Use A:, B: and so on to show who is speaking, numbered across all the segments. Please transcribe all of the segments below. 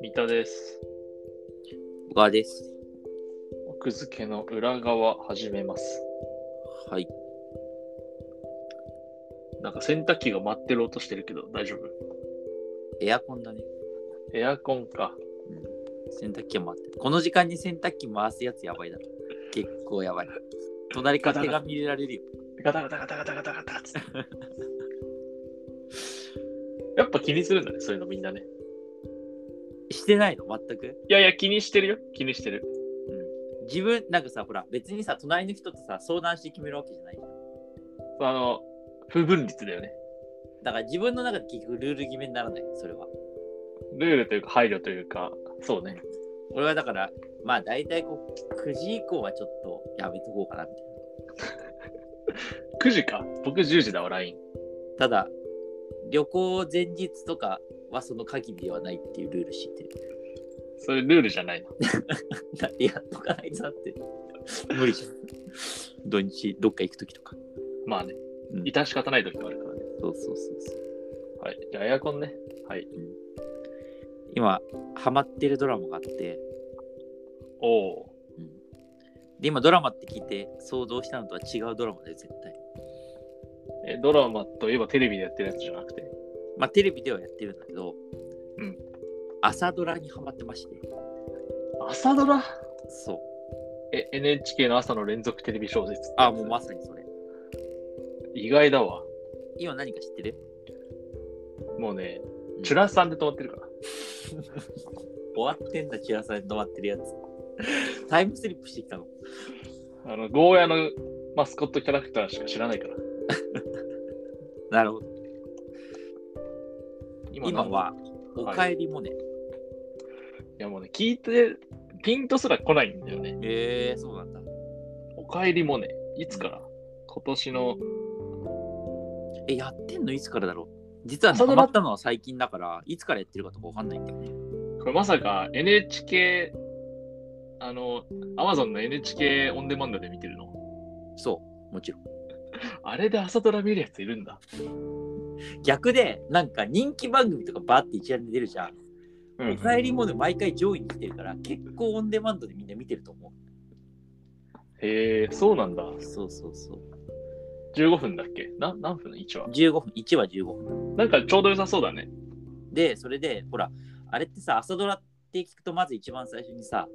A: 三田です。
B: 小川です。
A: 奥付けの裏側始めます。
B: はい。
A: なんか洗濯機が待ってる音してるけど大丈夫
B: エアコンだね。
A: エアコンか。
B: うん。洗濯機は回ってる。この時間に洗濯機回すやつやばいだろ。結構やばい。隣から手紙入れられるよ。
A: ガタガタガタガタガタガタ っつってやっぱ気にするんだね、そういうのみんなね。
B: してないの全く
A: いやいや、気にしてるよ。気にしてる。
B: 自分、なんかさ、ほら、別にさ、隣の人とさ、相談して決めるわけじゃないじゃん。
A: あの、不分率だよね。
B: だから自分の中で結局ルール決めにならない、それは。
A: ルールというか配慮というか、そうね。
B: 俺はだから、まあ大体こう、9時以降はちょっとやめとこうかな、みたいな。
A: 9時か。僕10時だわ、LINE。
B: ただ、旅行前日とかはその限りではないっていうルール知ってる。
A: それルールじゃないの。
B: だってやっとかないとだって。無理じゃん。土日どっか行くときとか。
A: まあね
B: う。ん
A: 致し方ない時もあるからね。
B: そうそうそうそう。
A: はい。じゃあエアコンね。はい。
B: 今、ハマってるドラマがあって、
A: おお。
B: で、今ドラマって聞いて想像したのとは違うドラマだよ、絶対。
A: え、ドラマといえばテレビでやってるやつじゃなくて。
B: まあテレビではやってるんだけど、
A: うん
B: 朝ドラにハマってまして。
A: 朝ドラ
B: そう。
A: え、NHK の朝の連続テレビ小説ってやつ。
B: あ、もうまさにそれ。
A: 意外だわ。
B: 今何か知ってる
A: もうね
B: う、ん
A: チュラさんで止まってるから。
B: 終わってんだ、チラさんに止まってるやつ。タイムスリップしてきたの。
A: あの、ゴーヤのマスコットキャラクターしか知らないから。
B: なるほど。
A: 今
B: 今は、お
A: はい
B: かえりもね。
A: いやもうね、聞いて、ピントすら来ないんだよね。
B: へえー、そうなんだ。
A: おかえりもね、いつから今年の、
B: え、やってんのいつからだろう実はね
A: 朝
B: ハ
A: ドラ
B: マったのは最近だから、いつからやってるかとかわかんないんだよね。
A: これまさか NHK、あの、Amazon の NHK オンデマンドで見てるの。
B: そう、もちろん。
A: あれで朝ドラ見るやついるんだ。
B: 逆で、なんか人気番組とかバーって一覧で出るじゃん。
A: う
B: おかえりもね、毎回上位に来てるから、結構オンデマンドでみんな見てると思
A: へえ、そうなんだ。
B: う。そうそうそう。
A: 15分だっけな何分 ?1 話。
B: 15分、1話15分。
A: なんかちょうど良さそうだね。
B: で、それで、ほら、あれってさ、朝ドラって聞くと、まず一番最初にさ、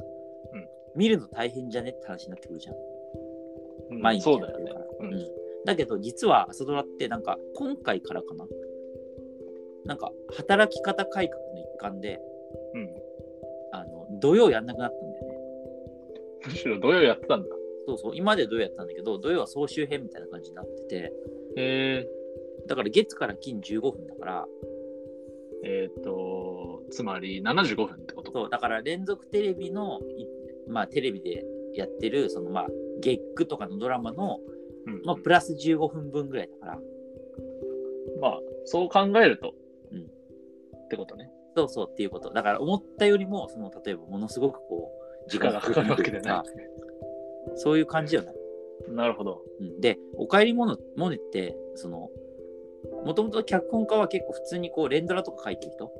A: うん
B: 見るの大変じゃねって話になってくるじゃん。
A: うん
B: 毎日
A: そうだ
B: やっ
A: よ
B: てる
A: ね
B: から。。
A: うん
B: うんだけど実は朝ドラってなんか今回からかななんか働き方改革の一環で
A: うん。
B: あの土曜やんなくなったんだよね。
A: むしろ土曜やってたんだ。
B: そうそう今まで土曜やったんだけど土曜は総集編みたいな感じになってて
A: え
B: だから月から金15分だから
A: ー、えっ、と、つまり75分ってことか。
B: そうだから連続テレビのいまあテレビでやってるそのまあ月9とかのドラマの、
A: うん
B: まあ、プラス15分分ぐらいだから
A: まあ、そう考えると、
B: うん
A: ってことね。
B: そうそうっていうことだから思ったよりもその例えばものすごくこう
A: 時間がかかるわけで
B: か
A: な
B: かるというかそういう感じじゃない
A: い。なるほど。
B: うんで「おかえりモネ」モネってそのもともと脚本家は結構普通にこう連ドラとか書いてる人、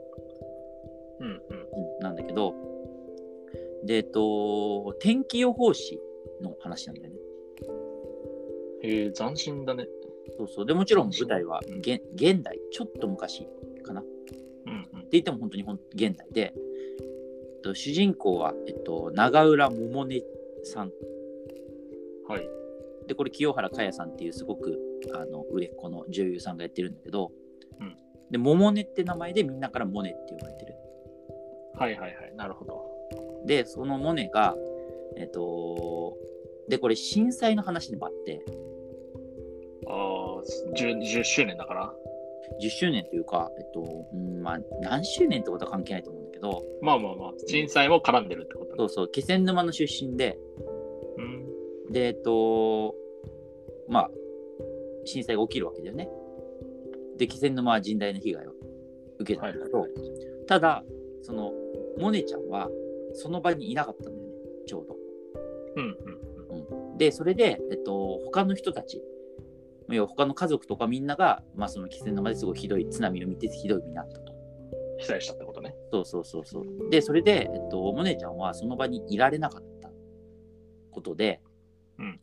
A: うんうん。
B: うんなんだけどでえっと天気予報士の話なんだよね
A: へえー、斬新だね。
B: そうそうでもちろん舞台は
A: うん
B: 現現代ちょっと昔かなって
A: うんうん。
B: 言っても本当にほん現代で、えっと、主人公は、えっと、長浦百音さん
A: はい。
B: でこれ清原果耶さんっていうすごくあの売れっ子の女優さんがやってるんだけど、
A: うん
B: で「モモネ」って名前でみんなから「モネ」って呼ばれてる
A: はいはいはい。なるほど。
B: でそのモネがえっとでこれ震災の話でもあって
A: ああ、10, 10周年だから。
B: 10周年というか、えっとうんまあ、何周年ってことは関係ないと思うんだけど
A: まあまあまあ、震災も絡んでるってことね。
B: そうそう気仙沼の出身で
A: うん。
B: でえっとまあ震災が起きるわけだよねで気仙沼は甚大な被害を受けたんだけど、
A: はい
B: ただそのモネちゃんはその場にいなかったんだよねちょうど
A: うんうん。
B: でそれで、えっと、他の人たち要は他の家族とかみんなが、まあ、その気仙沼ですごいひどい津波を見てひどい目になったと。
A: 被災したってことね。
B: そうそうそうそう。で、それで、えっと、モネちゃんはその場にいられなかったことで、
A: うん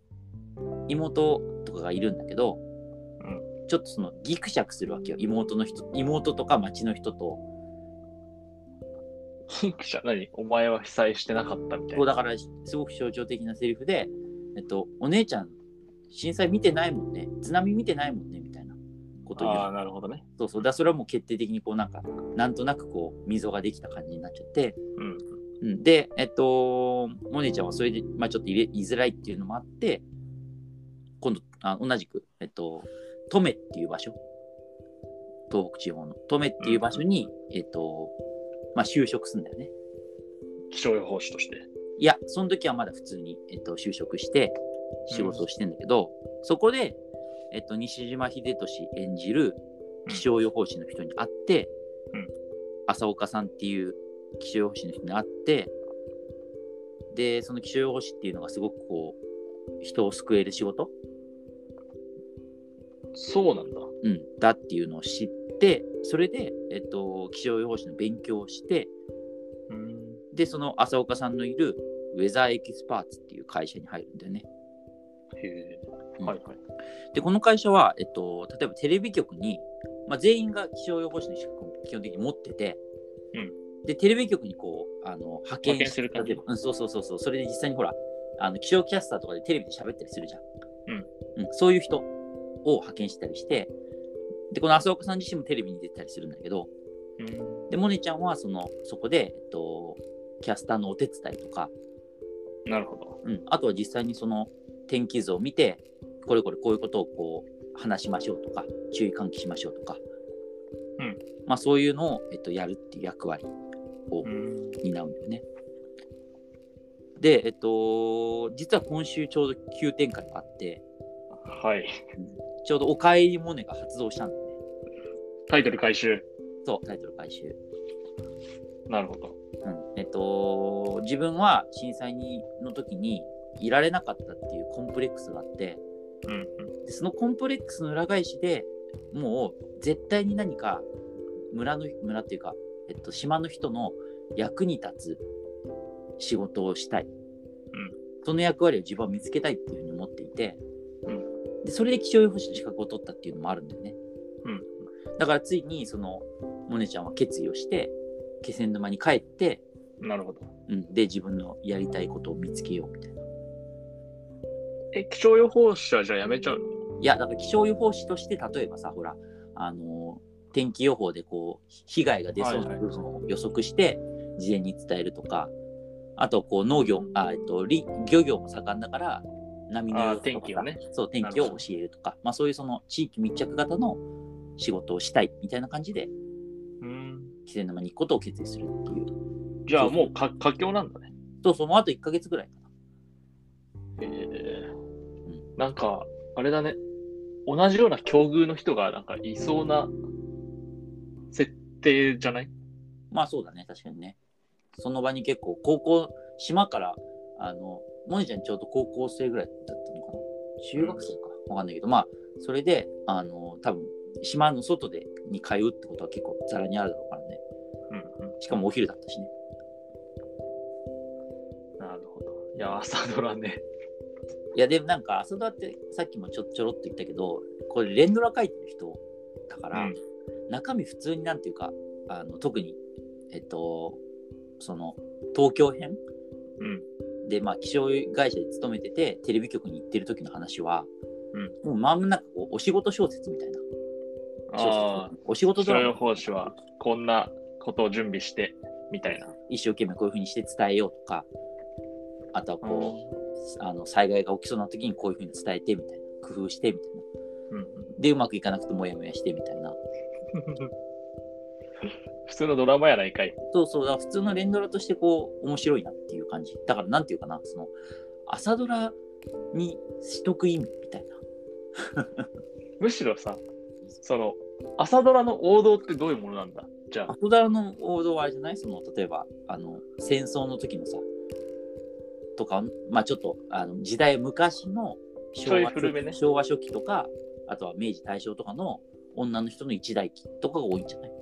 B: 妹とかがいるんだけど、
A: ん
B: ちょっとそのギクシャクするわけよ。妹の人、妹とか町の人と、
A: 記者、何お前は被災してなかったみたい
B: そう
A: な。
B: だからすごく象徴的なセリフで、えっと、お姉ちゃん、震災見てないもんね、津波見てないもんね、みたいなことを言う
A: ああ、なるほどね。
B: そうそうだからそれはもう決定的にこうなんかなんとなくこう溝ができた感じになっちゃって、
A: うん。
B: うん、でえっとモネちゃんはそれで、まあ、ちょっと入れ居づらいっていうのもあって今度あ同じくえっと登米っていう場所東北地方の登米っていう場所に、えっとまあ就職するんだよね
A: 気象予報士として。
B: いやその時はまだ普通に、えっと、就職して仕事をしてんだけど、そこで、えっと、西島秀俊演じる気象予報士の人に会って、
A: うん
B: 朝岡さんっていう気象予報士の人に会ってでその気象予報士っていうのがすごくこう人を救える仕事、
A: そうなんだ。
B: うん、だっていうのを知ってそれで、えっと、気象予報士の勉強をして
A: うん。
B: でその朝岡さんのいるウェザーエキスパーツっていう会社に入るんだよね。
A: へえ。
B: うん
A: はいはい。
B: でこの会社は、えっと、例えばテレビ局に、まあ、全員が気象予報士の資格を基本的に持ってて、
A: うん
B: でテレビ局にこうあの派遣
A: 派遣する感じ
B: 例えばうん、そうそうそうそうそれで実際にほらあの気象キャスターとかでテレビで喋ったりするじゃん、うんそういう人を派遣したりしてでこの浅岡さん自身もテレビに出てたりするんだけど
A: うん
B: でモネちゃんはそのそこで、えっと、キャスターのお手伝いとか、
A: なるほど。
B: うん、あとは実際にその天気図を見てこれこれこういうことをこう話しましょうとか注意喚起しましょうとか、
A: うん
B: まあ、そういうのを、えっと、やるっていう役割を
A: うん。
B: 担うんだよね。で、えっと、実は今週ちょうど急展開があって
A: はい。
B: ちょうど「おかえりモネ」が発動したんだよね。
A: タイトル回収。
B: そうタイトル回収、
A: なるほど。
B: うんえっと、自分は震災にの時にいられなかったっていうコンプレックスがあって、
A: うんうん。
B: でそのコンプレックスの裏返しでもう絶対に何か村の村っていうか、えっと、島の人の役に立つ仕事をしたい、その役割を自分は見つけたいっていうふうに思っていて、
A: うん
B: でそれで気象予報士の資格を取ったっていうのもあるんだよね、
A: うん
B: だからついにそのモネちゃんは決意をして気仙沼に帰って、
A: なるほど。
B: うん、で自分のやりたいことを見つけようみたいな。
A: え、気象予報士はじゃあやめちゃうの
B: いや、だから気象予報士として、例えばさ、ほら、あのー天気予報でこう、被害が出そうな部分を予測して、事前に伝えるとか、あと、こう、農業、あえっと、り漁業も盛んだから、波の様
A: あ
B: 子とかさ
A: ー天気をね。
B: そう、天気を教えるとか、まあ、そういうその地域密着型の仕事をしたいみたいな感じで、
A: うん。
B: 気仙沼に行くことを決意するっていう。
A: じゃあもうか佳境なんだね。
B: そうそう、もうあと1ヶ月ぐらいかな。
A: へえなんか、あれだね。同じような境遇の人がなんかいそうな設定じゃない
B: まあそうだね、確かにね。その場に結構、高校、島から、あの、モネちゃんちょうど高校生ぐらいだったのかな。中学生か。わかんないけど、まあ、それで、あの、多分島の外でに通うってことは結構ざらにあるだろうからね。
A: うんうん。
B: しかもお昼だったしね。
A: なるほど。いや、朝ドラね。
B: いや、でもなんか、朝ドラってさっきもちょちょろっと言ったけど、これ、連ドラ書いてる人だから、
A: うん
B: 中身普通になんていうか、あの特に、えっと、その、東京編
A: うん。
B: で、まあ、気象会社で勤めてて、テレビ局に行ってる時の話は、
A: うん
B: もうまんなくこうお仕事小説みたいな。
A: ああ、
B: お仕事
A: 気
B: ド
A: 象
B: ラ
A: 予
B: マ。
A: 報士はこんなことを準備してみたいな。
B: 一生懸命こういうふうにして伝えようとか、あとはこう、あの災害が起きそうな時にこういうふうに伝えてみたいな、工夫してみたいな。
A: うんうん、
B: で、うまくいかなくてもやもやしてみたいな。
A: 普通のドラマやないかい。
B: そうそう、だから普通の連ドラとしてこう、面白いなっていう感じ。だからなんていうかな、その、朝ドラにしとく意味みたいな。
A: むしろさ、その、朝ドラの王道ってどういうものなんだじゃあ
B: ア、フダラの王道はあれじゃないその例えばあの戦争の時のさとかまあちょっとあの時代昔の
A: ちょい古めね
B: 昭和初期とかあとは明治大正とかの女の人の一代記とかが多いんじゃない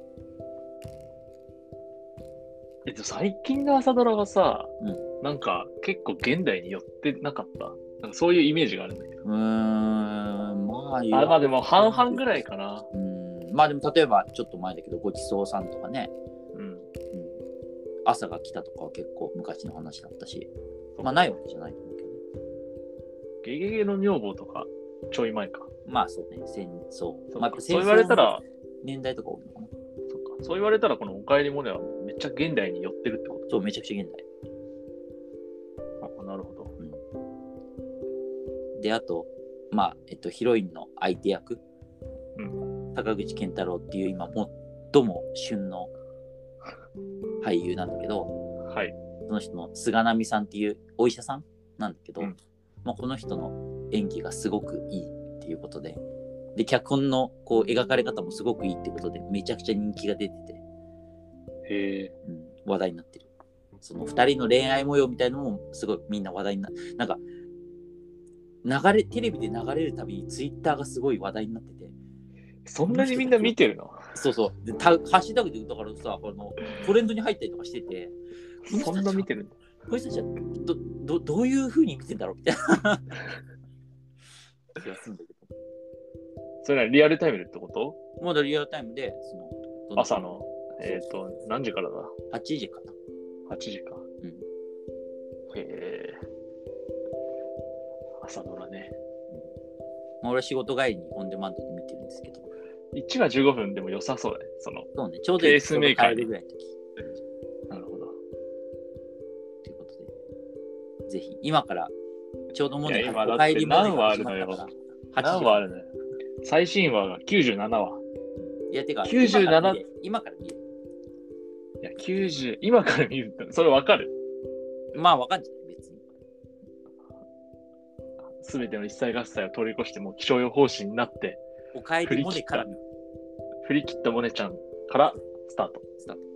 A: えっと、最近の朝ドラはさ、
B: うん
A: なんか結構現代に寄ってなかった。なんかそういうイメージがあるんだけど。
B: うーん、まあ、あ
A: あまあでも半々ぐらいかな。
B: うん、まあでも例えばちょっと前だけど、ごちそうさんとかね、
A: うん。
B: うん、朝が来たとかは結構昔の話だったし、まあないわけじゃないと思うけどね。
A: ゲゲゲの女房とか、ちょい前か。
B: まあそうね、戦争。
A: そう
B: まあ、
A: かそう言われたら、、
B: 年代とか多いのかな。
A: そうかそう言われたら、このおかえりモネはめっちゃ現代に寄ってるってこ
B: そう、めちゃくちゃ現代。
A: とあなるほど。
B: で、あと、まあ、えっと、ヒロインの相手役、
A: う
B: 坂口健太郎っていう今、最も旬の俳優なんだけど、
A: はい。
B: その人の菅波さんっていうお医者さんなんだけど、
A: うん
B: まあ、この人の演技がすごくいいっていうことで、で、脚本のこう描かれ方もすごくいいってことで、めちゃくちゃ人気が出てて、
A: へえ。
B: うん、話題になってる。その2人の恋愛模様みたいのもすごいみんな話題にななんか流れテレビで流れるたびにツイッターがすごい話題になってて
A: そんなにみんな見てるの
B: そうそうでたハッシュタグでだからさこのトレンドに入ったりとかしてて
A: そ
B: この人たちは
A: んな見てるの
B: この人たちはどどどういうふうに見てんだろうみたいな 気がするんだけど
A: それはリアルタイムでってこと
B: まだリアルタイムでそのどんどん
A: 朝の、えっ、と、何時からだ
B: 8時かな
A: ?8 時か。へえ。朝ドラね。
B: まあ俺は仕事帰りにオンデマンドで見てるんですけど
A: 1話15分でも良さそうだね。その、
B: そうねちょうど
A: ペースメーカー
B: ちょうど帰るぐらいの時
A: なるほど。
B: ということで、ぜひ、今から、ちょうどもう
A: い
B: ね、
A: や今だ
B: お
A: って
B: 帰りまでが始まったか
A: 何
B: ら8時
A: 話あるのよ最新話が97話。
B: いや、てか、
A: 97
B: 今から見れる。
A: いや、90、今から見ると、それわかる
B: まあ、わかんじゃない、別に。
A: すべての一切合切を通り越して、もう気象予報士になって、
B: お帰りまでから見る
A: 振り切ったモネちゃんからスタート。
B: スタート。